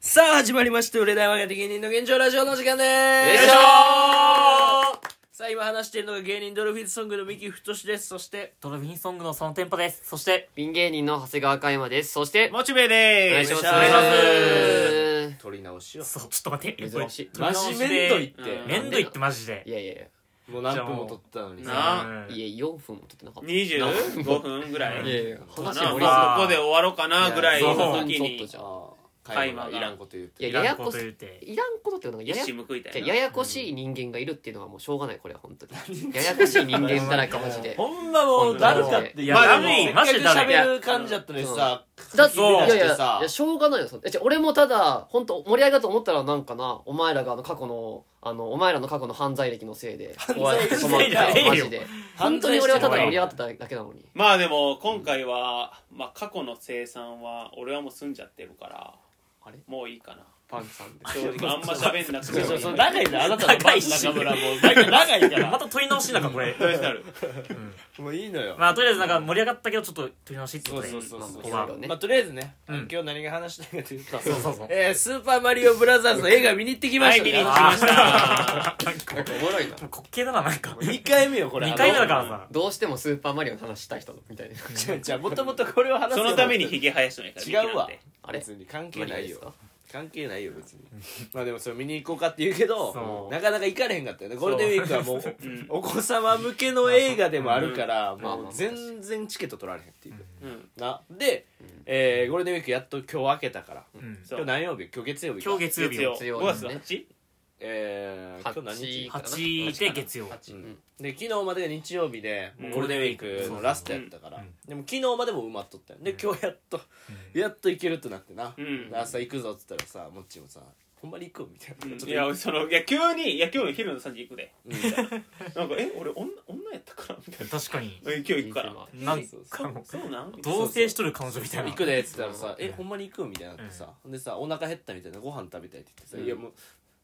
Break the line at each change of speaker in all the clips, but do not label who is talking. さあ始まりました売れない若手芸人の現状ラジオの時間でーす
よいしょ
さあ今話しているのが芸人ドルフィンズソングの三木太ですそして
ドルフィンソングのそのテンポです。そして、
ピン芸人の長谷川嘉山です。そして、
モチベで
お
ー
願い
す
します。
お願いし
す撮り直しよ
そう、ちょっと待って。
珍しい
これ
マジめんどいって
うんめんどいってマジで
い。やいやい
もう何分も撮ったのに
じゃあ
さ
も
う
や、
ん
いや、4分も撮ってなかった。
25分ぐら
いや
い
いや、
かな
話
ま
盛り
あ
す
そこで終わろうかなぐらい
ぎ
の
る。
いや
5分
時
ちょっと
に
じゃあ
会話がいらんこと言っ
い
て
や、
い
や
いら
や
ん
こ
こと
し
言
いう
て
いらんことっていうのが、やや
一矢報いた
じゃ
い
あ
な
ややこしい人間がいるっていうのはもうしょうがない、これは本当に。ややこしい人間だらけマジで。
ほんまも
うだるかって
い
いや
や、
まあ
ダ
でも
メ、マ
マ
ジ
ジで
でダメ。
喋る感じだったのにさ
だって、い
そう
やいや、い
さ
やしょうがないよ、そんえじゃあ俺もただ、本当盛り上がると思ったらなんかな、お前らがあの過去の、あの、お前らの過去の犯罪歴のせいで、こうやって止まっ
犯罪歴じゃ
た
ね
えよ
マジで。本当に俺はただ盛り上がってただけなのに。
まあでも今回は、まあ、過去の生産は俺はもう済んじゃってるから
あれ
もういいかな
パンさんで。
正直あんま喋んなくてもいい
長いなあなたの
長いし
中村もう長い長いか
ま
ら
た取り直しなんか、これ。
どうなる
もういいのよ
まあ、とりあえずなんか盛り上がったけど、ちょっと取り直しって
そ
こ
う
とで。
そうそうそう
ここは
まあとりあえずね
うん
今日何が話したいかというと
そうそうそう。
えースーパーマリオブラザーズの映画見に行ってきま
は
し
い
た
見
ね
に行きました
なんかおもろいな。
滑稽だな、なんか。
2回目よこれ
2回目だ
か
からさ。
どうしてもスーパーマリオの話したい人みたいな。
じゃあもともとこれを話す
そのためにヒゲ生やしてないから
違うわ
あれ
別に関係
何
ないよ
ですか
関係ないよ別にまあでもそれ見に行こうかって言うけど
そう
なかなか行かれへんかったよねゴールデンウィークはもう
うん
お子様向けの映画でもあるから
まあ
もう全然チケット取られへんっていう
うん
なで、えーゴールデンウィークやっと今日明けたから
うん
そ
今日
う
何曜日今日月曜日か
今日月曜日よ。
月曜
5月
ね
8?
えー、今日何日
八
8で月曜。
うんで昨日までが日曜日で
うん
ゴールデンウィークのラストやったから、でも昨日までも埋まっとったよで今日やっと、やっと行けるってなってな、
うん
で朝行くぞっつったらさもっちもさ「ほんまに行く?」みたいな、
いやそのいや急にいや今日の昼の3時行くで
うん
なんかえ俺女女やったからみたい
確かに
な。え今日行くから
なん
そうそう
かもう、
そうなんみたいな
同棲しとる彼女みたいな。
行くでっつったらさ「
うん
えほんまに行く?」みたいになってさ、でさ「お腹減ったみたいなご飯食べたい」って言ってさ「
うん
いやもう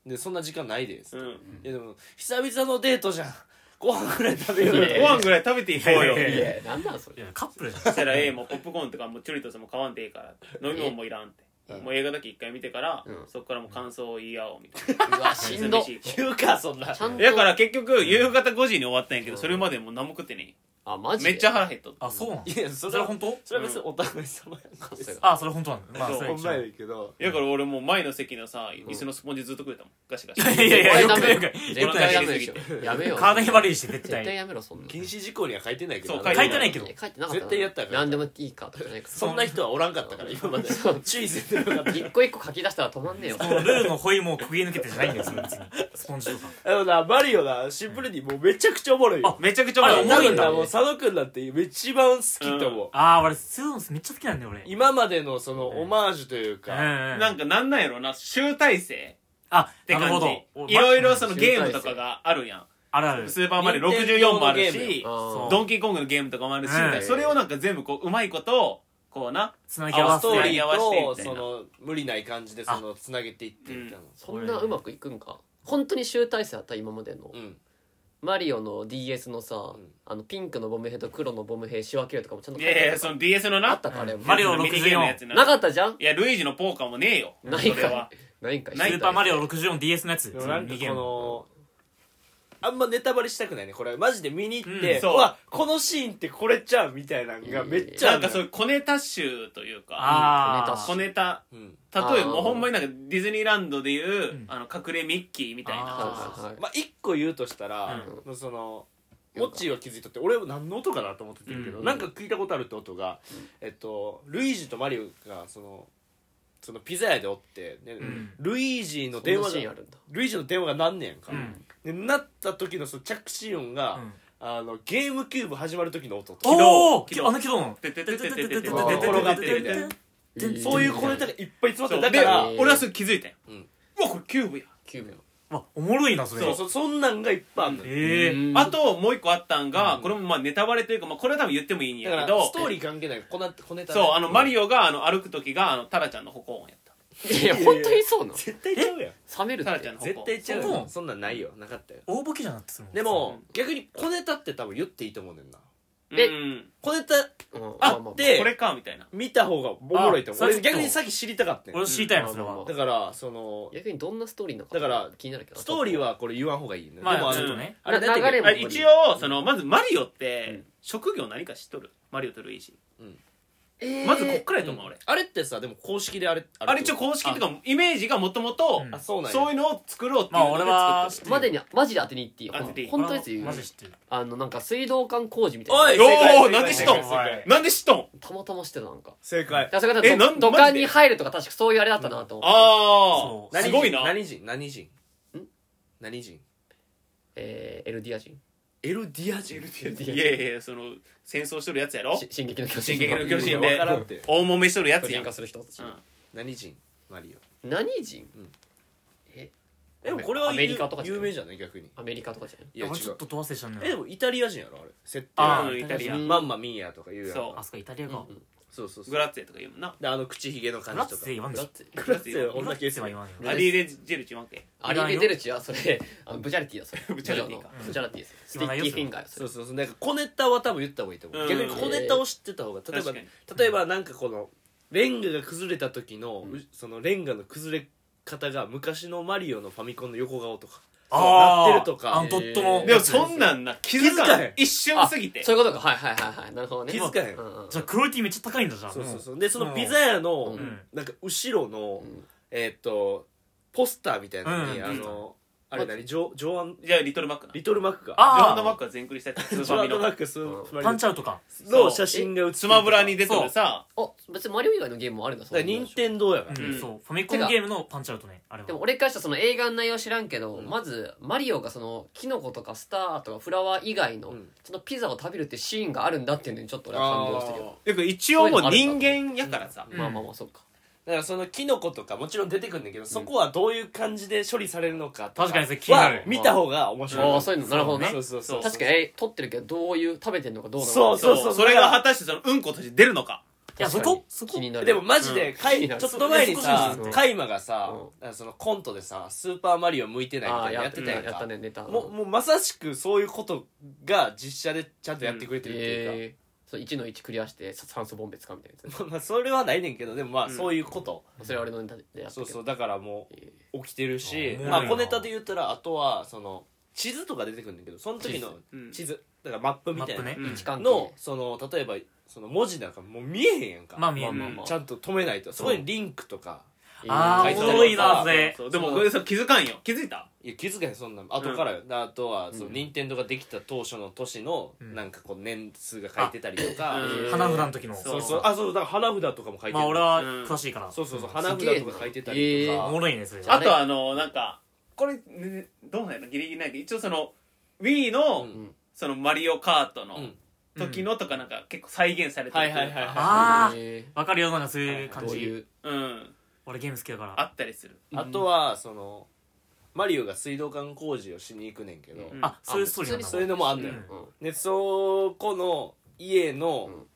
でそんな時間ないで」っつって、
うん
いやでも久々のデートじゃんご飯ぐらい食べよう
ご
よ
いや
飯ぐらい食べていこうよ
いやい
い
や
や、なんなんそ
い
れ。
や、カップルじゃん。
そしたらええもうポップコーンとかもうチュリトスも買わんでええから飲み物もいらんって
うん
もう映画だけ一回見てから、
うん
そっからもう感想を言い合おうみたいう
わ、
な
しんど。
寂しい
言うかそんな
ちゃんと。
だから結局夕方5時に終わったんやけどそれまでもう何も食ってね
あ、マ
え
ジで
めっちゃ腹減っとった
あ、そうなの
いやそ
そ
れ
れは
は
本当
それは別にお互い様や
さすが
あ、それ本当なんだ。まあ、
そう
それは
ほん
一緒
まやけど
だから俺もう前の席のさ椅子のスポンジずっと食えたもんガシガシ
いやいやいやよくないよくない
絶対ダメでしょ。やめよう。
体に悪いし、絶
絶対
対。
やめろ、そんな。
禁止事項には書いてないけど
そう
あの
書いてないけど
え。書いてなかったな。
絶対やったらあかん
なんでもいいかとかじゃないか
そんな人はおらんかったから今まで注意せんでなかっ
ら。一個一個書き出したら止まんねえよ。
もうルーのホイもくぐり抜けてじゃないんだよ、それ別に。スポンジとか。
たでもなマリオなシンプルにもうめちゃくちゃおもろいよ
めちゃくちゃ
あ
う
れ
多
まい
お
分
もろいん
な
だ
もう佐野くんだって一番好きと思う
ああ、俺、スーンめっちゃ好きなんだよ、俺。
今までのそのオマージュという
うん
か
うん
なんかなんなんやろな集大成
あ、
って
なるほ
感じ
ど。お
いろいろ
ま
そのゲームとかがあるや
あるあ
ん
る。
スーパーマリオ64もある
任天堂のゲーム
し
あー
ドンキーコングのゲームとかもあるし、
うん
それをなんか全部こううまいことをこうな
つなぎ合
あ
わ
ス
せ
トー
て
リ。
合わせて
ー
み
と
たい
そ
な
の無理ない感じでそのつなげていってみたいな
そんなうまくいくんか。本当に集大成あった今までの
う。ん
マリオの DS のさ
ん、
あの、ピンクのボム兵と黒のボム兵仕分けるとかもちゃんと
い
書いてあ
やいや
る
その DS のな
あったか、あれ。
マリオ
ミニゲームのやつ
なかったじゃん
いや、ルイージのポーカーもねえよ。
ない
それは
か。い。ないんかい。
な
ス
い
ーパーマリオ 64DS のやつ。
でもなんか
二ゲーム
このあんまネタバレしたくないねこれマジで見に行って、
う
うん
そう
わこのシーンってこれちゃうみたいなのがめっちゃ
な
あ
ん
るの
かそうい
よ
う小ネタ集というか、
あ
ネタ
あ。
し
小ネタ。
うん
例
あ
えば
ー
もうほんまになんかディズニーランドでいう、
うん
あの隠れミッキーみたい
あ
な
ー
はいはいはい
まあ一個言うとしたら、そのモッチーは気づいとって俺は何の音かなと思ってたけど、
うん
なんか聞いたことあるって音が、えっと、ルイージとマリオがそのそのピザ屋でおって、で
ん
ルイージの電
電
話
話シーン
が
あるんだ。
ルイージの電話が何年か、
うん
でなった時のその着信音が、
うん
あのゲームキューブ始まる時の音と
おお
起動
あの起動の。
てててててててててて
あー転がってるみたいなそういう小ネタがいっぱい詰ま
そう
って
で
るだから
えー
俺はそれ気づいたよ。
う
うんわ、これキューブや。
9秒。
わ、おもろいな、それ。
そうそうそんなんがいっぱいあるのよ
ええ。
あと、もう一個あったんが、
うん
これもまあネタバレというか、まあこれは多分言ってもいいん
だか
やけ
ら
ど
スト、ーリー関係ないこな小ネタ
そう、あの、マ
オ
リオがあの歩く時が、あの、タラちゃんの歩行音やった。
いや、本当にそうなの
絶対ちゃうやん
冷めるって。
タラちゃんの歩行
絶対ちゃう
そう
や
なんの
そんなんないよなかったよ
大ボケじゃなくて、その
でも逆に小ネタって多分言っていいと思うねんな
う
え
うん
小ネタ
うんま
あ
あまあ
って、で
これかみたいな
見た方がおもろいと思う
あ
俺
それ
逆にさっき知りたかった
俺知りたいのそれ
まあまあ
は
ま
だからその
逆にどんなストーリーなのか
だから
気になるけど
ストーリーはこれ言わん方がいいね、
まあ
でも
ちょっ
とね
あれ
な
なんだっけ
流れも
あ一応そのまずマリオっ
う
て
ん
職業何か知っとるマリオとルイージ
えー
まずこっからやと思う俺
あれってさでも公式であれあ
あれ一応公式とかイメージがもともと
うん
あそうなんや
そういうのを作ろうってい
ま
う
あ
ので
俺は
作っ
までにマジで当てにいっていい
当てていい
本当ですよ
マジ知ってる
あのなんか水道管工事みたいな
おい
おー
正解
なんで知っとん
正解
はい
た なんで知っとん
たまたましてたなんか
正解
だからそれが
えなん
ど土
マ
管
ジで
に入るとか確かそういうあれだったなと思っ
そう
て
ああ
何
す
人
ごいな
何人何人
ん
何人
えーエルディア人
エルディア人
人
いやいやいやその戦争しとるやつやろ
し進撃の巨人
進撃の巨人
わ
で
からんって
大揉めしとるやつや
進
ん
化する人たち
うん
何人マリ
何人
オでもこれは
アメリカとかじゃな
有
い
名じゃない逆に
アメリカとかじゃない
いや違
俺ちょ
う
っとど忘れしたんだ
えで
よ
もイタリア人やろあれ設定
あ
は
ー
うんイタリア
うん
マンマミーヤとか言うやろ
そ
あそこイタリアか
うん
そうそうそう
グラッツェとか言うもんな
であの口ひげの
グ
感
ラッ
じと
ツ
か
ェ言わんでし
だっ
ょ
て
グラッツェは
グラ
女
ッ
系
ツェは言わんよ
グラッツェ
アリーレジェルチマケ
アリーベ・デルチはそれあのブジャリティだそれ
ブジャリティか
ブジャのブジャリティですステ
言
ィ
わな
ッ
いよ
キーフィンガーよそ
そ
れ
うそうそうなんか小ネタは多分言った方がいいと思
う
うん逆に小ネタを知ってた方が例えば
確かに
例えばなんかこのレンガが崩れた時の、
うん
うそのレンガの崩れ方が昔のマリオのファミコンの横顔とか
あー
なってるとか
あのドットの
えー
でもそんなんな気づ
気づ
か
かへ
なんい一瞬過ぎて
そういうことかはいはいはいはいなるほどね
気づかへん
うんうんうん
じゃあクオリティめっちゃ高いんだじゃん
そうそう
う
そうでそのピザ屋の、
うん
なんか後ろの、
うん
えーっとポスターみたいなのに、
うん
あの、あれ何ジョジョアン
じゃあリトルマックな
リトルマックが
あ
ジョアン・マックは全クリしたやつス
ジ
ー
ョ
パー
ア
ミ
ンドマッ
の
クス
うん
マリオ
パンチアウトか
の写真が写ってる
スマブラに出てるさ
あ別にマリオ以外のゲームもあるんだ
だから任天堂やから、
うん
うん
そうファミコンゲームのパンチアウトねあれは
でも俺からしたらその映画の内容知らんけど、
うん
まずマリオがそのキノコとかスターとかフラワー以外の、
うん
そのピザを食べるってシーンがあるんだっていうのにちょっと俺は感動してるよ
で一応もう人間やからさ
ー
まあまあまあそっか、
だからそのキノコとかもちろん出てくるんだけど、そこはどういう感じで処理されるのかと
確かにそれ気になる
は見た方が面白い、
ああそういうのなるほどね
そうそうそう
確かにえ撮ってるけどどういう食べてんのかどうなのか
そう
そう
そう
それが果たしてそのうんことして出るのか
いやそ
確かに
こそこ
気になる
でもマジで、かい
うん
ちょっと前にさ
そこそこ
カイマがさ
うん、
あのそのコントでさ「スーパーマリオ向いてない」み
あ
た
あ
いなの
や
や
っ
って
て
た
た
やん
やっ
か
たねネタ
もうもうまさしくそういうことが実写でちゃんとやってくれてるっていうか、
えー、そう1の1クリアしてさ酸素ボンベ使うみたいなや
まあそれはないねんけどでもまあ
うん
そういうこと、
つそれは俺のネタでやった
そ
けど
うそうだからも
えー
う起きてるし
あー
まあ小ネタで言ったらあとはその地図とか出てくるんだけどその時の
うん
地図だからマップみ
マ
たい
ッ
な
プね
うん
位置関係
のその例えばその文字なんかもう見えへんやんか、
まあ見え
ま
る
あまあま
ちゃんと止めないとそこにリンクとか
えー
あ
ー
書いて
お
る
もろい
なそれ
そうでもこれさ気づかんよ気づいた
いや気づかへんそんなん後からよ、あとはその
うん
任天堂ができた当初の年の
うん
なんかこう年数が書いてたりとか、
うん
えー
花札の時の
そう
そ
そうあそうだから花札とかも書いてる
まあ俺は詳しいから
そうそうそう
うん
花札とか書いてたりと
すげえな
か
お、もろいねそれ
あとあのなんかこれねどうなんやろギリギリないけど一応その Wii
う
の
ん
そのマリオカートの
うん
時のとかなんか結構再現されてるというか
はいはいはいはい
あー
え
わかるよなんかそういう
ー
感
どう
じ
いう
うん
俺ゲーム好きだから
あったりする
あとはそのマリオが水道管工事をしに行くねんけど、
うん
あそういうストーリーなんだ
そういうのもあんのよ、
うん
でそこの家の、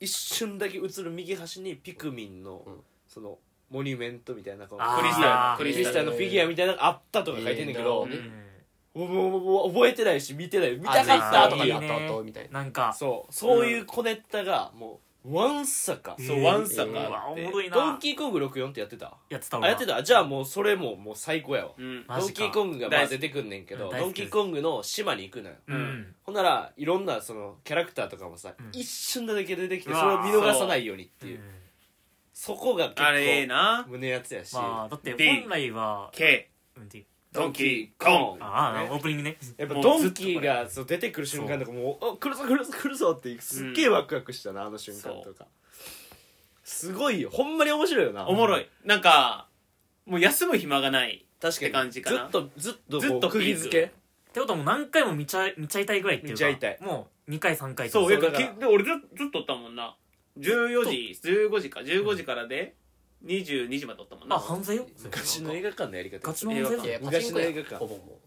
一瞬だけ映る右端にピクミンの、
うん
そのモニュメントみたいなこう
あー
クリスタルクリスタルの
えー
フィギュアみたいなのがあったとか書いてんねんけど、
えー
うん
もうもうもう覚えてないし見てない見たかっ
あ
たと
絶
かに
対後
あ
か
っ
に
た
後々みたいな
なんか
そうそういう小ネタがもうわんさか、
えー
そうワンサ
え
か
ー
うわ
あっ
お
て
もろい
ドン
な
キーコング64ってやってた
やってた
あ
わ
やってたじゃあもうそれももう最高やわ
うん
マ
ド
ジ
ン
か
キーコングがまあ出てくんねんけど
うん
ド
大好
ン
き
キ
です
ーコングの島に行くのよ
うん
ほんならいろんなそのキャラクターとかもさ、
うん
一瞬だけ出てきて
うわ
それを見逃さないようにっていう
うん
そこが結
あれええ
構
な
胸やつやし、
まあだって
で
本来は
K
うんっていう
ドンキーコング
ああ
ね
オープニングね
やっぱ
もう
ドンキーがそう出てくる瞬間とかもうあ来るぞ来るぞ来るぞってすっげえワクワクしたな、あの瞬間とかすごいよほんまに面白いよな
おもろいなんかもう休む暇がない
確かに
って感じかな
ずっとずっと
ず
こ
っ
う
と
釘付け
ってことはもう何回も見ちゃ見ちゃいたいぐらいっていうか
見ちゃいたい
もう2回3回とか
そ
そ
う
う
やっぱ
だから
きで俺ずずっとおったもんな14時15時か15時からで22時までおったもん
まあ
な
犯罪よ
昔の映画館のやり方
ガチの犯罪
いや
だ
パチンコや
昔の映画か
ほぼも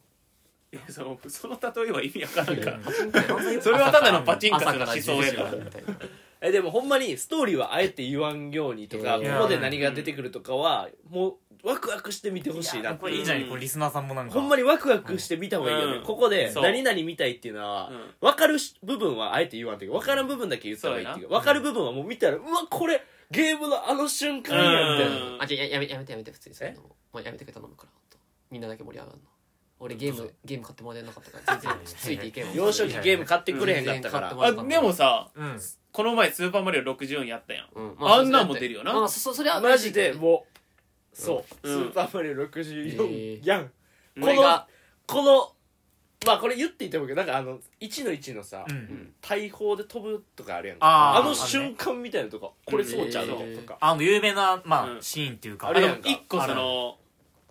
いやそのその例えは意味わからんから
犯罪よ
それはただのパ
う
チンカスの思想やから
朝10時みたいな
えでもほんまにストーリーはあえて言わんようにとか
い
こ
や
こで何が出てくるとかはもうワクワクして見てほしいな
や
っ
ってぱ
いう
いいじゃないこれリスナーさんもなんか
ほんまにワクワクして見た方がいいよね、
うん
ここで
そう
何々見たいっていうのは、
うん
分かるし部分はあえて言わんというか分からん部分だけ言った方がいいっていうか分かる部分はもう見たらうわこれゲームのあの瞬間やみたいな、
うん
あじゃあややめやめてやめて普通にそういうのもうやめてくれ頼むからほんとみんなだけ盛り上がるの俺ゲームゲーム買ってもらえなかったから全然ついていけんわ
幼少期ゲーム買ってくれへんかったから、
うん
あでもさ
うん
この前「スーパーマリオ64」やったやん
うん
あんなんも出るよな
まあそそそれは
マジでもうそう、
うん
スーパーマリオ64
えー
やん、
これが
このまあこれ言っていてもいいけどなんかあの1の1のさ、
うん
大砲で飛ぶとかあるやんか
あ
あ
ー
の瞬間みたいなとかこれそうちゃうの、
えー
とか
あの有名なま
う
あ
ん
シーンっていうか
あ
あ
れ
れ
やんか
一個その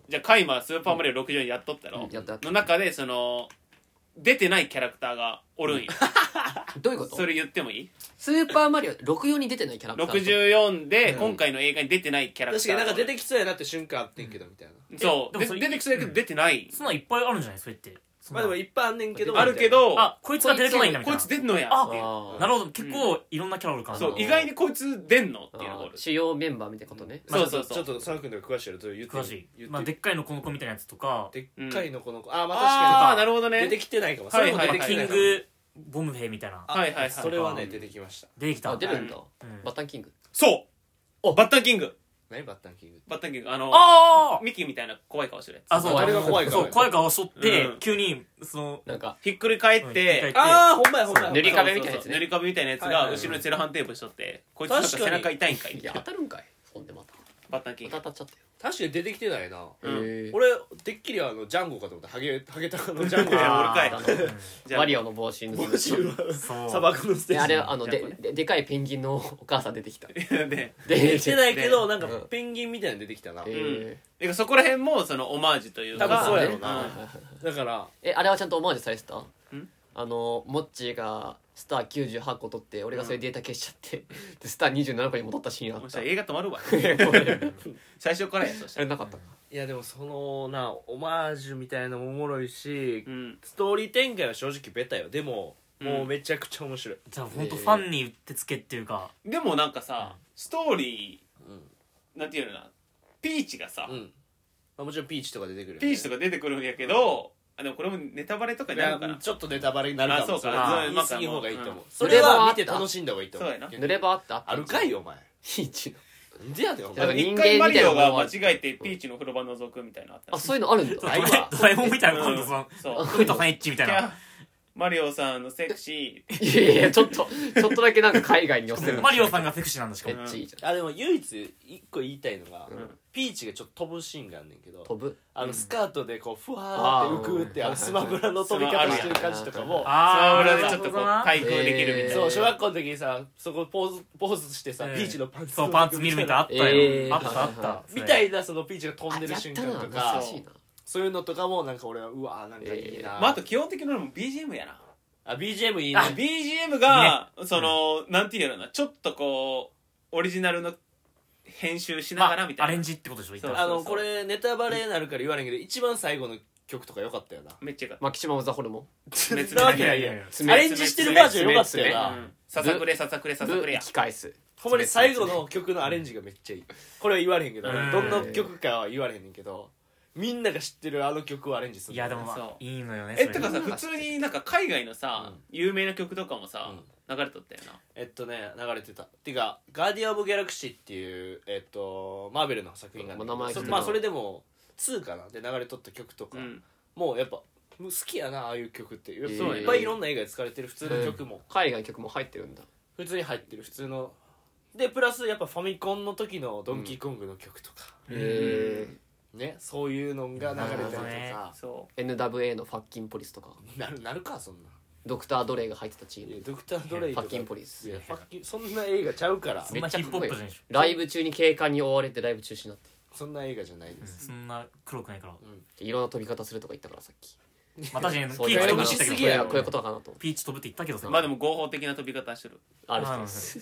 じゃあカイマースーパーマリオ64やっとった
う
ろ
んやったやった
の中でその出てないキャラクターがおるんよ
どういうこと
それ言ってもいい
スーパーマリオ64に出てないキャラクター
64で
うん
今回の映画に出てないキャラクタ
確
ー
かになんか出てきそうやなって瞬間あってんけどみたいな、
そう
えでも
で
それ
出てきそうやけど出てない
そんなんいっぱいあるんじゃないそれってそん
まあ
な
でもいっぱいあんねんけど
あるけど
あこいつが出てこないんだみた
こ
い
い
な
つ出んのやっていう
あ
なるほど結構いろんなキャラおるからな
そう
あー
意外にこいつ出んのっていうのが
あ
おる
主要メンバーみたいなことね
まあ
そうそうそう
ちょっと佐野君とか詳しいやろちょっと言って
詳しい
言って
まあでっかいのこの子みたいなやつとか
でっかいのこの子、ああまあ確
あ
か
あーなるほど
に
ね
出てきてないかも
はい
そ
は
れ
い
も
は
出て
い
キ
きてな
ン
いかも
グボム兵みたいな
あ
はいはいはい
それはね出てきました
出てきた
あ出るんだ
うん
バッタンキング
そう
お
バッタンキング
何バッタンキングって
バッタンキングあの
あー
ミキみたいな怖い顔してるや
あそう
あれが
怖いから
そう怖い顔しとって
うん
急にそ の
なんか
つひっくり返っ
うん
て
ああほんまやほんまや
塗り壁みたいなやつ
そうそう
ね
そう塗り壁みたいなやつ
はいはい
が
はい
後ろにセロハンテープしとってこいつなんか背中痛いんかいみ
い
た
や
い
当
な
たるんかいほんでまた
バッタンキン
ま
グ
た当たっちゃっ
確かに出てきてないな
たよ
う
へ
ん
ー
俺てっきりあのジャンゴかと思ったハゲ ハゲタカのジャンゴ
いや
や
俺かい
あー
じゃあ
マリオの帽子盗んで
帽子は
そう
砂漠のステ
で
ー
あ
ジ
れあの
じゃ
で
あこれ
ででかいペンギンのお母さん出てきた
で
出
で
てないけどな
で
んか
うん
ペンギンみたいなの出てきたな
えー
でそこら辺もそのオマージュという
多
か
分そうやろう
うん
なだから
えあれはちゃんとオマージュされてたあのモッチーがスター98個取って俺がそれデータ消しちゃって、 でスター27個に戻ったシーンあ
も
っ
したかしたら映画止まるわ 最初からやそし
あ
た
れ
ら
なかったか
いやでもそのなオマージュみたいなのもおもろいし
うん
ストーリー展開は正直ベタよでも
うん
もうめちゃくちゃ面白い
じゃあ本当ファンにうってつけっていうか
でもなんかさストーリ
うん
ーなんていうのかなピーチがさ
うんまあもちろんピーチとか出てくるよね
ピーチとか出てくるんやけどあでもこれもネタバレとかになるか
いや
な
ちょっとネタバレになるかも
あそうか
れ
うん
言い過ぎ方がいいと思う
うん
それは見て楽しんだ方がいいと思う
そうやな
逆に
濡れ場あった
あるかいよお前
ピーチの
なんでやねんお前
だから
一
人間
回マ
みた
リ
いな
オ
もの
が
は
間違えてピーチの風呂場覗くみたいなのあった
あそういうのある んだ
ド
な
ラ
いわ
えもんみたいなことその
そう
富田さんエッチみたい
いや
な
マリオさんのセクシ ー
いやいやちょっとちょっとだけなんか海外に寄せてる
マリオさんがセクシーなんだしか
めっ
も
ちゃいいじゃん
あでも唯一一個言いたいのが
ん
ピーチがちょっと飛ぶシーンがあんねんけど
飛ぶ
あ
う
の
ん
スカートでこうふわーって浮くって
あー
あのスマブラの飛び方してる感じとかも
あ
ー
裏でちょっとこう対空できるみ
ー
たい
そ
な
う小学校の時にさそこポーズポーズしてさ
えー
ピーチのパンツ
そうパンツ見るみたいなあったよ、
えー
あったあった
みた
い
いなそのピーチが飛んでる瞬間と
あやったな
か
懐かしいな
そういうのとかもなんか俺はうわーなんかいいな
まああと基本的なのも BGM やな
あ BGM いいね
あ BGM が、その、なんていうのかなちょっとこうオリジナルの編集しながらみた
ア
いな、
レンジってことでしょ言ったら
あ
そう
の
そう
これネタバレになるから言われんけど一番最後の曲とか良かったよな
めっちゃよかっ
マキシマムザホルモン
別に
なわけないやん
爪
アレンジしてるバージョン良かったよ
た、
な
うん、ささくれささくれささくれや
引き返す
ほんまに最後の曲のアレンジがめっちゃいいこれは言われへんけど
うん
どんな曲かは言われへんねんけどみんなが知ってるあの曲をアレンジする
いやでも、
そう
いいのよね
え
それ
てかさ普通になんか海外のさ、
うん
有名な曲とかもさ、流れとったよ
えっとね流れてたっていうか「ガーディアン・オブ・ギャラクシー」っていう、えっと、マーベルの作品があるんだけど
まあ名前聞い
そ
た
まあそれでも2かなで流れとった曲とか、
なうん
もうやっぱもう好きやなああいう曲ってやっぱ
そうやね
いっぱいいろんな映画で使われてる普通の曲も、
海外の曲も入ってるんだ
普通に入ってる普通のでプラスやっぱファミコンの時の「ドンキーコング」の曲とか、
へ
ねそういうのが流れたりとか、
そ
え NWA の「ファッキンポリス」とか
なるなるかそんな
ドクター・ドレイが入ってたチー
いや
ム
ドクター・ドレイとか
ファッキンポリス
いやファッキンそんな映画ちゃうから
そんなヒップホップじゃないでしょ
ライブ中に警官に追われてライブ中止になっ
そんな映画じゃないです、
そんな黒くないから
ていろんな飛び方するとか言ったからさっき
まあ確かに
そう
ピ
いう
ーチ飛ぶ
こ
って言
と
った
しす
け
ぎ
ど
やろ
こういうことかなと
ピーチ飛ぶって言ったけどさ
うまあでも合法的な飛び方してる
ある
まあまあ
人です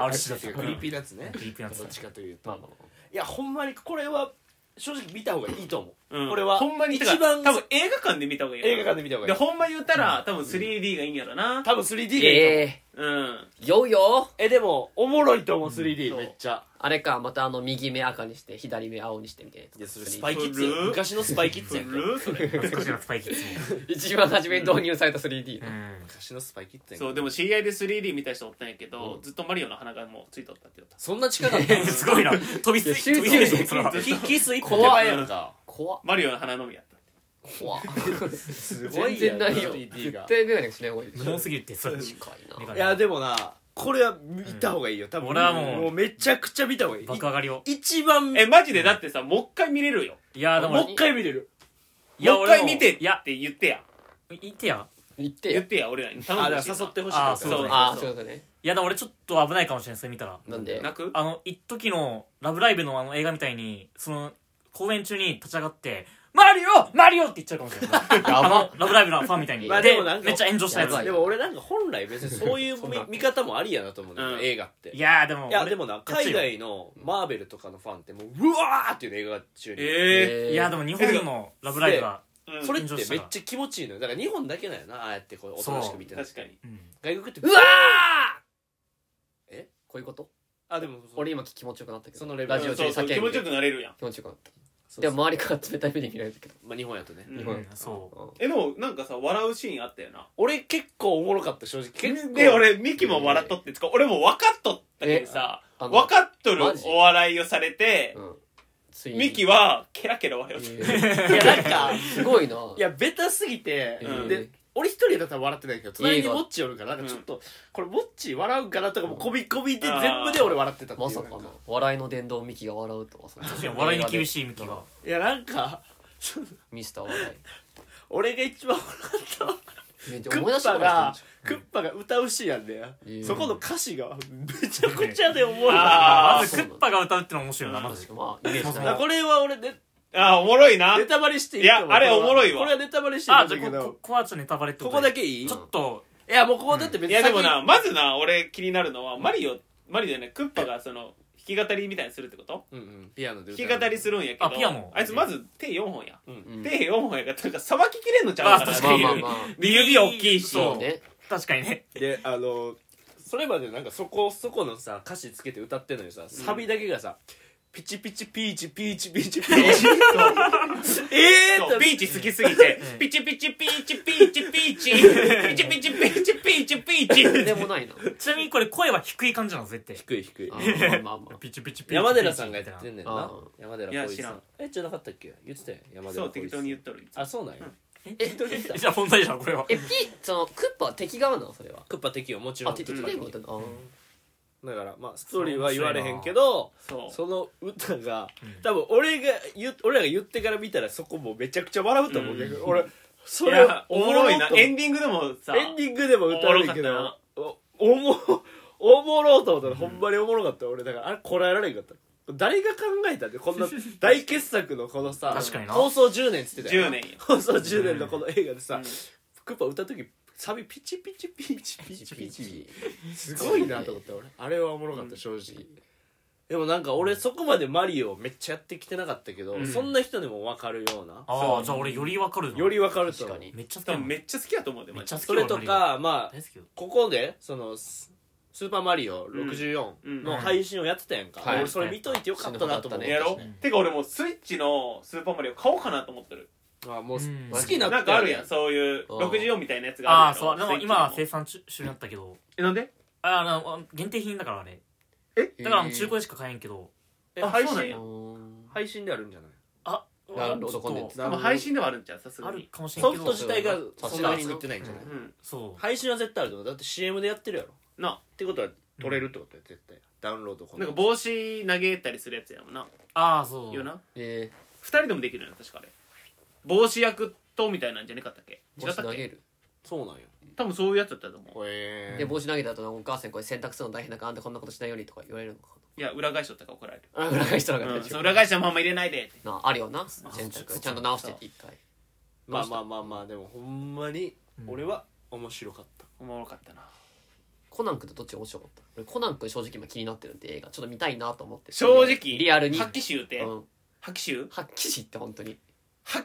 あ るしだ
確
け
か
ど
にクリーピーナッツね
クリーピーナッツ
どっちかというと
まあまあ
いやほんまにこれは正直見た方がいいと思う、
うん
これは
ほんまに
一
てか
番
多分映画館で見た方がいいよ
映画館で見た方がいい
でほんま言ったら多分 3D がいいんやろな
多分 3D がいいと思う、
ええ
うん
よよ
えでもおもろいと思う 3D、
そう
めっちゃ
あれかまたあの右目赤にして左目青にしてみたいなやつ
いやそれス
ス
パ
パ
イ
イ
キ
キ
ッ
ッ
ズ
ズ
昔のスパイキッズやんか
古っそれ
懐かしいなスパイキッズも
一番初めに導入された 3D
う
ね、
ん
昔のスパイキッズやんか
そうでも知り合いで 3D 見た人おったんやけど、
うん
ずっとマリオの鼻がもうついとったって言った
そんな近かった
すごいな飛びつい
集中
飛びついて
集
るそれ
中
は
キキス一個手前やんか
怖っ
マリオの鼻のみやった
怖っ
すごい
全然ないよ
3D が
絶対眼鏡しない方がいい
無能すぎるってそれ
近いない
やでもなこれは見た方がいいよ多分
俺はもう
めちゃくちゃ見た方がいい
爆上がりを
い一番
えマジでだってさもう一回見れるよ
いやで
も
も
う一回見れる
いや
もう一回
俺も
見てっ
いや
て言ってや
言ってや
言って
言
よ
ってや俺らに
あ
頼ん
だ
で
から誘ってほしい
あー
そう
そう
そ
ね
う
ああそうだね
いやでも俺ちょっと危ないかもしれないそれ見たら
なんで
泣く
あの一時の「ラブライブ!」のあの映画みたいにその公演中に立ち上がって「マリオマリオ!」って言っちゃうかもしれない
や
あの
ば
「ラブライブ!」のファンみたいに、
まあで
で
もなんか
めっちゃ炎上したやつ
やばい
い
でも俺なんか本来別にそういう
そん
見
な
見方もありやなと思うんだよ、
うん
映画ってい
やーでも
や
俺
でもな
やっちゃ
海
うよ
外のマーベルとかのファンってもううわーっていうの映画中に、
え
えー
いやでも日本の「ラブライブは」
えーうん
それってめっちゃ気持ちいいのよだから日本だけだよなああやってこうおとなしく見てる
確かに
うん
外国って
うわー
え
こういうこと
あでもそう
俺今気持ちよくなったけど
そのレベル
ラジオ中に叫
そうそうん
で
気持ちよくなれるやん
気持ちよくなった
そう
でも周りから冷たい目で見られたけど
まあ、日本やとね、
うん
日本
うんそう
うん
えでもなんかさ笑うシーンあったよな
俺結構おもろかった正直結構
で俺ミキも笑っとってつか俺も分かっとったけどさ
あの
分かっとる
マジ
お笑いをされて
うんついに
ミキはケラケラ笑いを
い
し
やいや
いやなんか
すごいない
やベタすぎて、
うん
で俺一人だったら笑ってないけど隣にウォッチおるからなんかちょっと、これウォッチ笑うかなとかもこびこびで
あー
全部で俺笑ってたっていう
まさか
なん
の笑いの殿堂ミキが笑うとは
確かに 笑いに厳しいミキが
いやなんかその
ミスター笑
俺が一番笑ったのはい
めっち
ク
ゃ思い出
ッ
した
パ
くな
が
ってき
クッパが歌うシーンやんだよ、
うん
そこの歌詞がめちゃくちゃで思うな
あー
まずクッパが歌うってのは面白いよなま
た
ず
確かまあイメージ
そ
だ
だ
う
からこれは俺ね
ああおもろいな
ネタバレしてい
いやあれおもろいわ
これはネタバレしていい
あ
ん
じ
だ
ゃあ
け
こ
ど
ここはちょっとネタバレって
ここ
こ
とだ
で
けいい
ちょっと
いやもうここだって別
い
に
やで
先に
もなまずな俺気になるのはマリオマリオじゃないクッパがその弾き語りみたいにするってこと
うんうんピアノで
弾き語りするんやけど
あピアノ
あいつまず手4本や、
うん
うん
手4本やからなんかさばききれんのちゃうか
あ
な
確
ま
か
あ
に
まあまあ
で指大きいし
そうね
確かにね
であのそれまでなんかそこそこのさ歌詞つけて歌ってんのにさサビだけがさ、ピチピチピーチピーチピーチピー チえー
そう
っ
ピーチ好きすぎてピチピチピーチピーチピーチピチピチピーチピーチピーチ
とんでもないな
ちなみにこれ声は低い感じなの絶対
低い低い
あーまあまあまあ
ピチピチピチ
山寺さんがやってんねん
あ
な
ー
山寺浩一
いや
さ
知ら
ん
ん
えじゃなかったっけ言ってたよ山寺
そ
浩
う
一さん
適当に言っとる
あそうなんや
え
適当に言ってた
じゃあ問題じゃんこれは
えピそのクッパは敵側なのそれは
クッパ敵よもちろ
あ
ん
敵側だったの
だからまあストーリーは言われへんけど
そう
その歌が
うん
多分俺が言う俺らが言ってから見たらそこもめちゃくちゃ笑うと思う、
うん
逆に俺そ
い
れ
やおもろいな
と思
エ
う
ンディングでもさ
エンディングでも歌うんだけ
おもろか
どおおもおもろうと思ったらほんまにおもろかった、俺だからあれこらえられんかった誰が考えたんでこんな大傑作のこのさ
確かにな
放送10年っつってたよ
10年よ
放送10年のこの映画でさ、
うん
クッパ歌う時サビピチピチピチピチピ
ピ
チ
チ
すごいなと思って俺あれはおもろかった正直、でもなんか俺そこまでマリオめっちゃやってきてなかったけど、
うん
そんな人でも分かるような
ああじゃあ俺よりわかるな
より分かると
確
思
か
う
に
めっちゃ好き
多
やもん
分めっちゃ好きだと思うで
め
マ
っ
ジ
ちゃ好き
それとかまあ
大好きよ
ここでそのススーパーマリオ
う
64
ん
の配信をやってたやんか、
はい
俺それ見といてよかったなと思っ
死
て、
ぬ
や
ほどあ
ろ
ったね
てか俺もうスイッチのスーパーマリオ買おうかなと思ってる
あもう
うん
好きになった
なんかあるやんそういう
うん
64みたいなやつが
あ
あ
あ
る
そうでも
やろ
今は
スイ
生
ッチにも
産中中になったけど
えなんで
ああの限定品だからあれ
え
だからあの中古でしか買えんけど
え
あ
配
そうなん
信
や
配信であるんじゃない
あ
なるほ
ち
ど
ょっと
コンテンツ
まあ配信ではあるんちゃうさすが
あ
に
るかもしれん
ソ
け
フ
ど
ト自体が
そう
そんなに売ってないんじゃない、
うん
そう
配信は絶対あると思うだって CM でやってるやろ
なあ
ってことは取れるってことや絶対ダウンロードこ
なんか帽子投げたりするやつやもんな
ああそう
よな
え
2人でもできるよな確かあれ帽子役とみたいなんじゃねかったっけ
ー
違
帽
っ
子
た
投
っ
げ
け
る
そうなんよ
多分そういうやつだったと思う
へ
で帽子投げた後お母さんにこれ洗濯するの大変だからあんたこんなことしないようにとか言われるのか
いや裏返しとったから怒られる
な裏返したのが
う
大
ん
丈
そう
夫
裏返したまんま入れないでって
なあるよな洗濯ちゃんと直してって一回
まあまあまあまあでもほんまに
うん
俺は面白かった、
おもろかったな
コナン君とどっちが面白かった俺コナン君正直今気になってるんで映画ちょっと見たいなと思って
正直
リアルに
発揮集って
うん
発揮集
はっきり言って本当に
発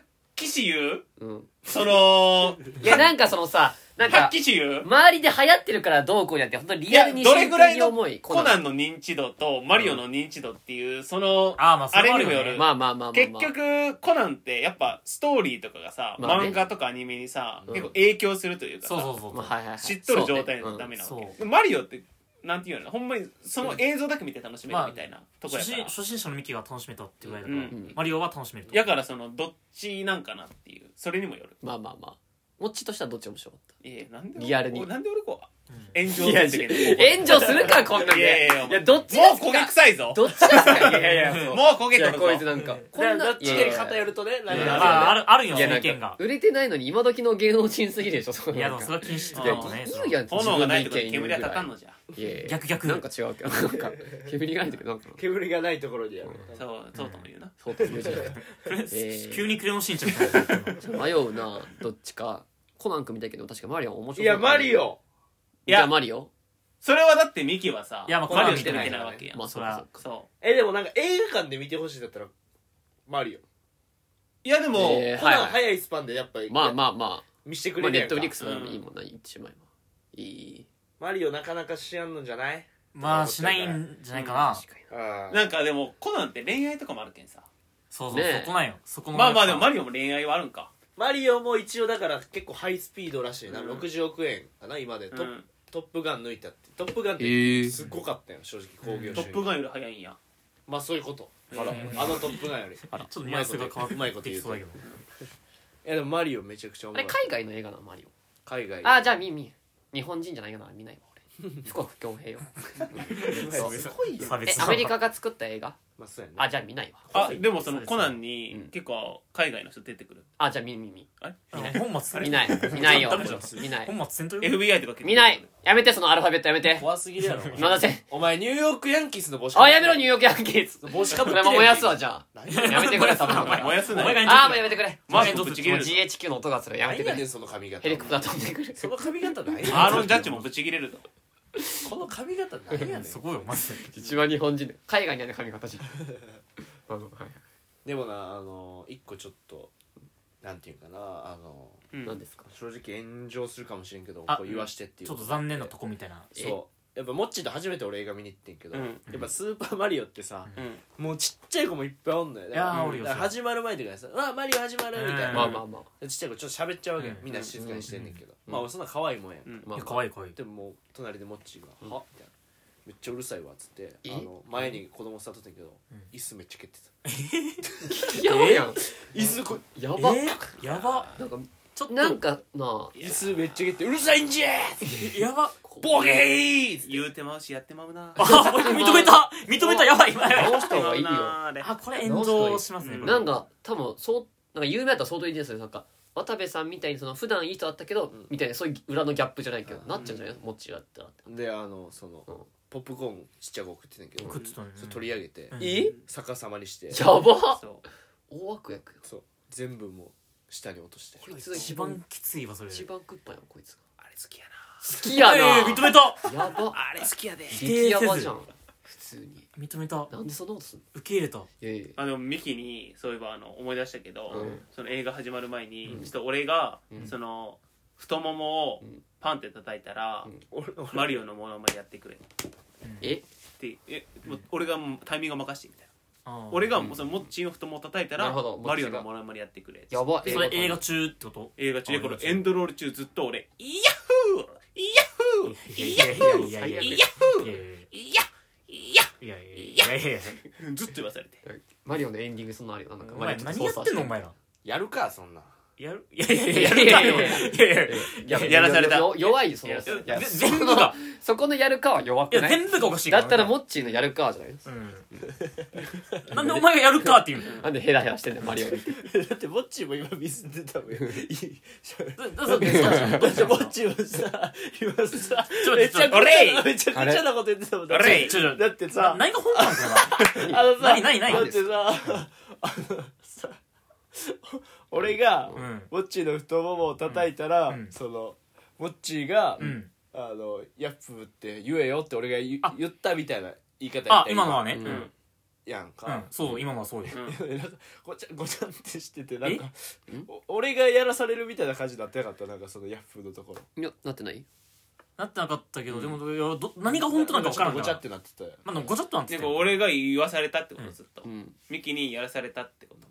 士言う
うん
その、
いやなんかそのさなん
八
か
騎士言う
周りで流行ってるからどうこうじゃなくて本当に
い
リア
や、
ルに
どれぐらいの
思い
コナンの認知度とマリオの認知度っていう、その、
ああ、まあ、それもある
あれにもよ
よ
る
ね。
まあまあまあまあ、まあ、
結局コナンってやっぱストーリーとかがさ、
まあね
漫画とかアニメにさ、
うん
結構影響するというかさ
そうそうそう。
まあ、はいはいはい、
知っとる状態のダメなわけ、
そうねうん
でマリオってなんていうのほんまにその映像だけ見て楽しめるみたいなとこや
初
から、
心初心者のミキが楽しめたってぐらいだ
う
から、
ん、
マリオは楽しめると。
やからそのどっちなんかなっていうそれにもよる
まあまあまあもっちとしたらどっち面白かっ
いやなんで
リアルに
おなんで俺こう
うん
炎上
いや
する
た 炎上するかこんなんで
いやいやいや
どっち
も
が
う
好
焦
き
げ
か
臭いぞ
どっちが好きかいやいや
もう焦
い
げと
や
る
こいつ
ぞ
なんかこ
こん
ん
な
な
どっち
い
か
やい
に
や
偏るとね
や
何
い
ま
や
が
あ、あ
あるよね
る、あるよ、
い
その
やな
意
んか
見が。
売れてないのに今時の芸能人すぎるでしょその
い
な
や、
ん
でも
か
それは禁止
いや
なのね。それ
いいやん
炎がないとこ
自
に
分の意見言うぐ
煙
ら
は立たんのじゃ
いやいや
逆逆
なんか違うけどなんか煙がないんだけどなんか
煙がないところでやる
そうそうとも言うな、
そうというじゃない
は 急にクレヨンしんちゃんみたいになってるの
迷うなどっちかコナン君みたいけど確かマリオ面白
いやマ
オ
リオ
じゃあマリオ
それはだってミキはさ
いやまあ
マリ
コ
オ
ナ
見て
ン
な
見
い
てない
わけやん、
まあそうか
そう
えでもなんか映画館で見てほしいんだったらマリオ
いやでも、
えー
コナン
はいはい
早いスパンでやっぱり
まあまあま
見して
あ
くれ
まあ
る
ネ
や
ッ
んか
トフリックスもいいもんな言ってしまえばいい
マリオなかなかしやんのじゃない
まあ、しないんじゃないかな。
確かに
あ
なんかでもコナンって恋愛とかもあるけんさ
そうそう、
ねえ
そこなんよ。そこの。
まあまあでもマリオも恋愛はあるんか
マリオも一応だから結構ハイスピードらしいな、
うん
60億円かな今で、
う
トッ
ん
トップガン抜いたってトップガンっ
え
て
ー
すごかったよ正直興行収入、
トップガンより早いんや
まあそういうこと
あら
あのトップガンよりい
ちょっとニュアンスが変わ
うまい
っ
こと
てき
言う
そうだけど。
やでもマリオめちゃくちゃお
あ
もろ
れ
い
海外の映画なのマリ
海外
オあじゃあ見見日本人じゃないかな見 ないわ俺福岡恭平よ
そうすごいよ
差
え
別
アメリカが作った映画
まあそうやね
あじゃあ見ないわ
あでもそのコナン
う
に
ん
結構海外の人出てくる
あじゃあ見見見
あれ
本末
見ない見ないよ
ダメじゃん
見ない
本末せんとよ
FBI とか結構
見ないやめてそのアルファベットやめて
怖すぎるや ろお前
野田せん
お前ニューヨークヤンキースの帽子
あやめろニュー
ヨ
ヨークヤンキーズ
帽子か
こ
ぶって
れ
る
も
ん
燃やすわじゃあ
何やねん
やめてくれ多分
お前燃や す
お
な
前が
よ
炎上
ああもうやめてくれ
マジ
炎上
ぶち
す
切
る
も
れ
う
る
GHQ の音がするやめて
何や
くれ
ねんその髪型
ヘリコプター飛んでくる
その髪型ない
アーロン・ジャッジもぶち切れるぞ
この髪型なんやねん
そこよマジで
一番日本人で海外にある髪型 じゃんあのはい
でもなあの一個ちょっとなんていうかなあの
うん
何ですか
正直炎上するかもしれんけど
あ
こう言わしてっていう
ちょっと残念なとこみたいな
そうやっぱモッチーと初めて俺映画見に行ってんけど、
うん
やっぱ「スーパーマリオ」ってさ、
うん
もうちっちゃい子もいっぱいおんのよだから
いやーおるよ
だから始まる前とかにさ「うわマリオ始まる」みたい
うん
ま
な、
あまあまあ
ちっちゃい子ちょっと喋っちゃうわけよ、
うん
みんな静かにしてんねんけど、
うん
まあ俺そんな可愛いもんやん、
うん
ま
いや
あまあ
可愛い可愛い
でももう隣でモッチーが「
うん
はみたいな「めっちゃうるさいわ」っつって
え
あの前に子供座っとってんけど、
うん
椅子めっちゃ蹴ってた
やばいやん
椅子こ
やば
えやば
なんか
ちょっと
なんかなあ
椅子めっちゃ蹴って「うるさいんじゃー!
やば
こ」う
ボケーっつって
言うてまうしやってまうな
あ認めた認めたやばい今
直した方がいいよ
あれ
あこれ炎上しますね
うん
これ
なんか多分そうなんか有名だったら相当いいですよなんか渡部さんみたいにその普段いい人だったけど、
ん
みたいなそういう裏のギャップじゃないけど、
うん
なっちゃうんじゃないもっちだったらって
であのその、
うん
ポップコーンちっちゃい子食ってたんやけど
食ってたね
それ取り上げて、
うん
え
逆さまにして
やばっ
そう
大悪役よ
そう全部もう下に落として
こいつが
一番きついわそれ
一番食ったよこいつが
あれ好きや
好きやな
ええ認めた
やば
なあれ好きやで
激ヤバじゃん普通に
認めた
なんでそんなことすんの
受け入れた
いやいや
あのミキにそういえばあの思い出したけど、
うん
その映画始まる前に、
うん
ちょっと俺が、
うん
その太ももを
うん
パンって叩いたら、
うん
俺俺
マリオのモノマネやってくれっ
え
てえ、もう俺がもうタイミングを任せてみたい
あ
な
ー
俺がもうそのモッチーの太ももを叩いた
な
ら
るほど
マリオのモノマネやってくれ
やば
それ映画中ってこと
映画中でこの
あ
エンドロール中ずっと俺「イヤッホーイヤッホーイ
い
ヤ
やい
ッホ
やいや
ー
いや
イ
い
ヤッホ
やい
ー
や
イヤッ
い
イヤ
やいやいやいや
ッ!」ずっと言わされて
マリオのエンディングそんなのあるよななんか
お
マリ
前
オちょっと
何やっ
操作
て
し
んのお前ら
やるかそんな
やるいやいやいやいやいやいやいや
や
やらされた
よ弱いよその
いや
いや
ぜ
その
全部が
そこのやるかは弱
い
く
や
ない
全部がおかしいか
だ
ら
ったらモッチーのやるかじゃない
うんなんでお前がやるかっていう
なんでヘラヘラして んだよマリオに
だってぼっちも今水出たも んよ
だだだ
ぼっちぼっちもさ今さ
ょ
めちゃくちゃ
おれい
めちゃくちゃなこと言ってたもんだっ
おれ
て
い
ちょちょ
だって
な
さ
何が本番だよ
あのさ
何何何
だってさあのさ俺が
なうん
ぼっちの太ももを叩いたら、
うん
そのぼっちが、
うん
あの「ヤップーって言えよ」って俺が言
あ
言ったみたいな言い方やった
あ今のはね
うん
うん
やん
うん
か、
そう今のはそうよ
うん
なんか ごちゃごちゃってしててなんかお俺がやらされるみたいな感じになってなかったなんかそのヤフーのところ
いやなってない
なってなかったけどでもいやど何が本当なんか分からん
ご
か
ちゃっ
ら
てなってたよ
まあでもごちゃっとなんて
で
言ってた
も
よ
俺が言わされたってことずっと、
うん
ミキにやらされたってこと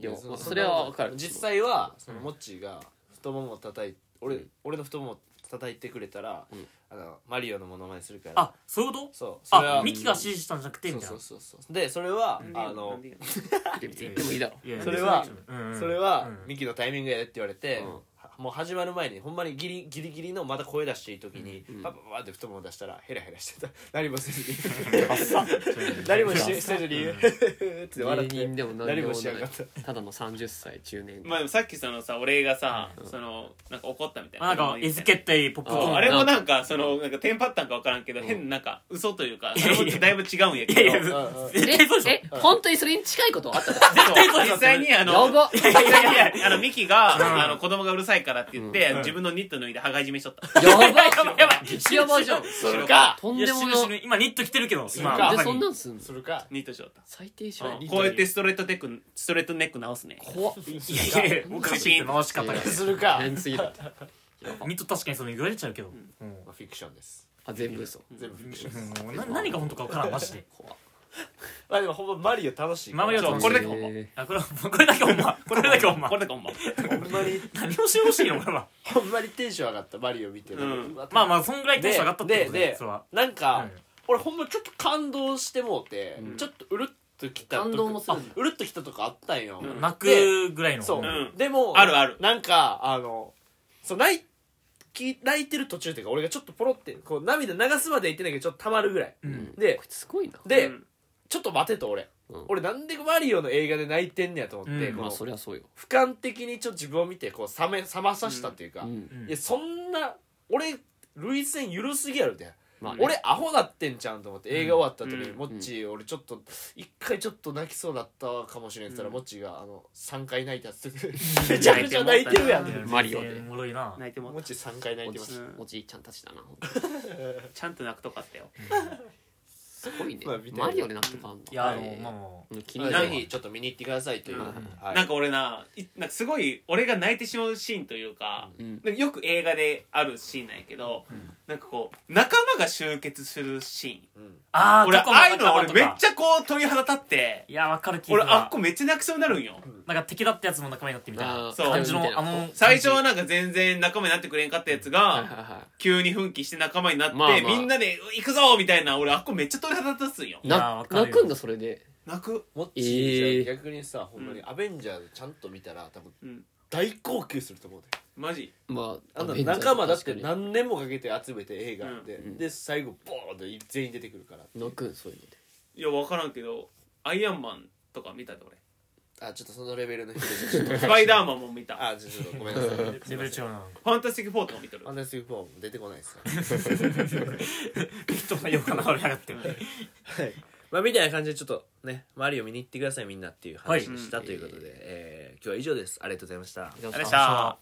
いや
いや
まあ
そ
それは分かる
実際はそのモッチーが太ももを叩い俺,、俺の太ももを叩いてくれたら、
うん
あのマリオのモノマネするから
あそういうこと
そうそれ
あ
は
ミキが指示したんじゃなくてみたい
そう
な
そうそうそうでそれは
なんで
あ
な
の
んでや
言ってもいいだろ
いやいや
それは
うんうん
それは
うん
ミキのタイミングやでって言われて、
うん
もう始まる前にほんまにギリギリギリのまだ声出していい時に、
ん
パパパって太もも出したらヘラヘラしてた 何もせずに 何もしせずに って笑っ
芸
て
人でも何
何
でも
もしなか
ない
った
ただの30歳中年
まあでもさっきそのさ俺がさ、そのなんか怒ったみたいな
なんか餌付けったりポップコーン
あれもなんかそのなんかテンパったんか分からんけど、変ななんか嘘というかそれもだいぶ違うんやけど
いやいや
うんうん
え
絶対そうでしょ
え本当にそれに近いことあったや
そう実際にあの
ば
実際 にあのミキがあの子供がうるさいからって言って、自分のニット脱いで羽交い締めしと った
やばい
やばい
激ヤバじゃん
それか
とん
い
で
や
も
死
な
ぬ死ぬ今ニット着てるけど今
か
いで
母
そん
に
なんすんの
するか
ニットしとった
最低じゃない
こうやってストレートテックストレートネック直すね
怖っ
いやいやいやおかしいって回し方が
するか
変すぎるって
ミット確かにその言われちゃうけどうん
まあフィクションです
あ全部嘘
全部フィクションです
うんな何が本当か分からんマジで
まあでもほんまマリオ楽しいから
マリオ
そうこれだけほんま
え
あこれは これだけほんまこれだけほんま
これだけほんま
ほんまに
何をしてほしいの俺は
ほんまにテンション上がったマリオ見てる、
うん
うわ
まあまあそんぐらいテンション上がったって
で
こと
で
でそれは
なんか、
うん
俺ほんまちょっと感動してもうて、ちょっとうるっときたと
感動もする
あ
んだ
うるっときたとかあったんよ、
うん
泣くぐらいの
そう、
うん
でも
あるある
なんかあのそう泣いき泣いてる途中っていうか俺がちょっとポロってこう涙流すまでは言ってないけどちょっとたまるぐらい、
うん
で
こいつすごいな
で、
うん
ちょっと待てと俺、
うん
俺なんでマリオの映画で泣いてんねやと思って、
うん
この
まあそりゃそうよ
俯瞰的にちょっと自分を見てこう冷め冷まさしたっていうか、
うん
うん
いやそんな俺涙腺緩すぎやろみたいな
まあね
俺アホなってんじゃうんと思って映画終わった時に、
うん
モッチー俺ちょっと一回ちょっと泣きそうだったかもしれんって言ったら、
うん
モッチーがあの3回泣いたっつって めちゃくちゃ泣いてるやん
泣いて
モ
マリオで
全然おもろいな
泣いてもら
ッ
った
チー3回泣い
お
てま
じ
し
うん
おじいちゃんたちだなほんと
ちゃんと泣くとこあったよ
すごいね
まあみたいな
マリオでなってかんの
いやあ
え
の
ー
まあも
うん気
た
にな
ぜ
るわ
ひちょっと見に行ってくださいという、
うん
はい
なんか俺ないなんかすごい俺が泣いてしまうシーンというか,、
うん
よく映画であるシーンなんやけど、なんかこう仲間が集結するシーン
うん
ああ
俺ああいうの俺めっ
ゃ
ちゃこう鳥肌立って
いやわかる気
俺
が
あっこめっちゃ泣きそうになるんよ
なんか敵だったやつも仲間になってみたい
あ
な
ー
そう
感じの
みたいな
あの
最初はなんか全然仲間になってくれんかったや
は
つ
いは
が
いは
急に奮起して仲間になって、
まあまあ
みんなで「行くぞ!」みたいな俺あっこめっちゃ鳥肌立つんよ
い
いやー
な
わかるよ
泣くんだそれで
泣く
モッチーじゃ
え
あ逆にさほんまに「アベンジャーズ」ちゃんと見たら多分
うん
大号泣すると思うで
マジ
まあ
あんな
アベンジャーズ
仲間だって
確か
何年もかけて集めて映画
うん
で、で最後ボーンって全員出てくるから
に泣くんそういうので
いや分からんけどアイアンマンとか見たで俺
あちょっとそのレベルの人でちょっと
スパイダーマンも見た
あちょっとごめん なさいレ
レベル違うな
ファンタスティック4とか見とる
ファンタスティックフォーも出てこないですね
人がようかな俺上がって
はいまあみたいな感じでちょっとねマリオ見に行ってくださいみんなっていう話
はい
でしたということで、えー今日は以上ですありがとうございました
じゃあ
あれさ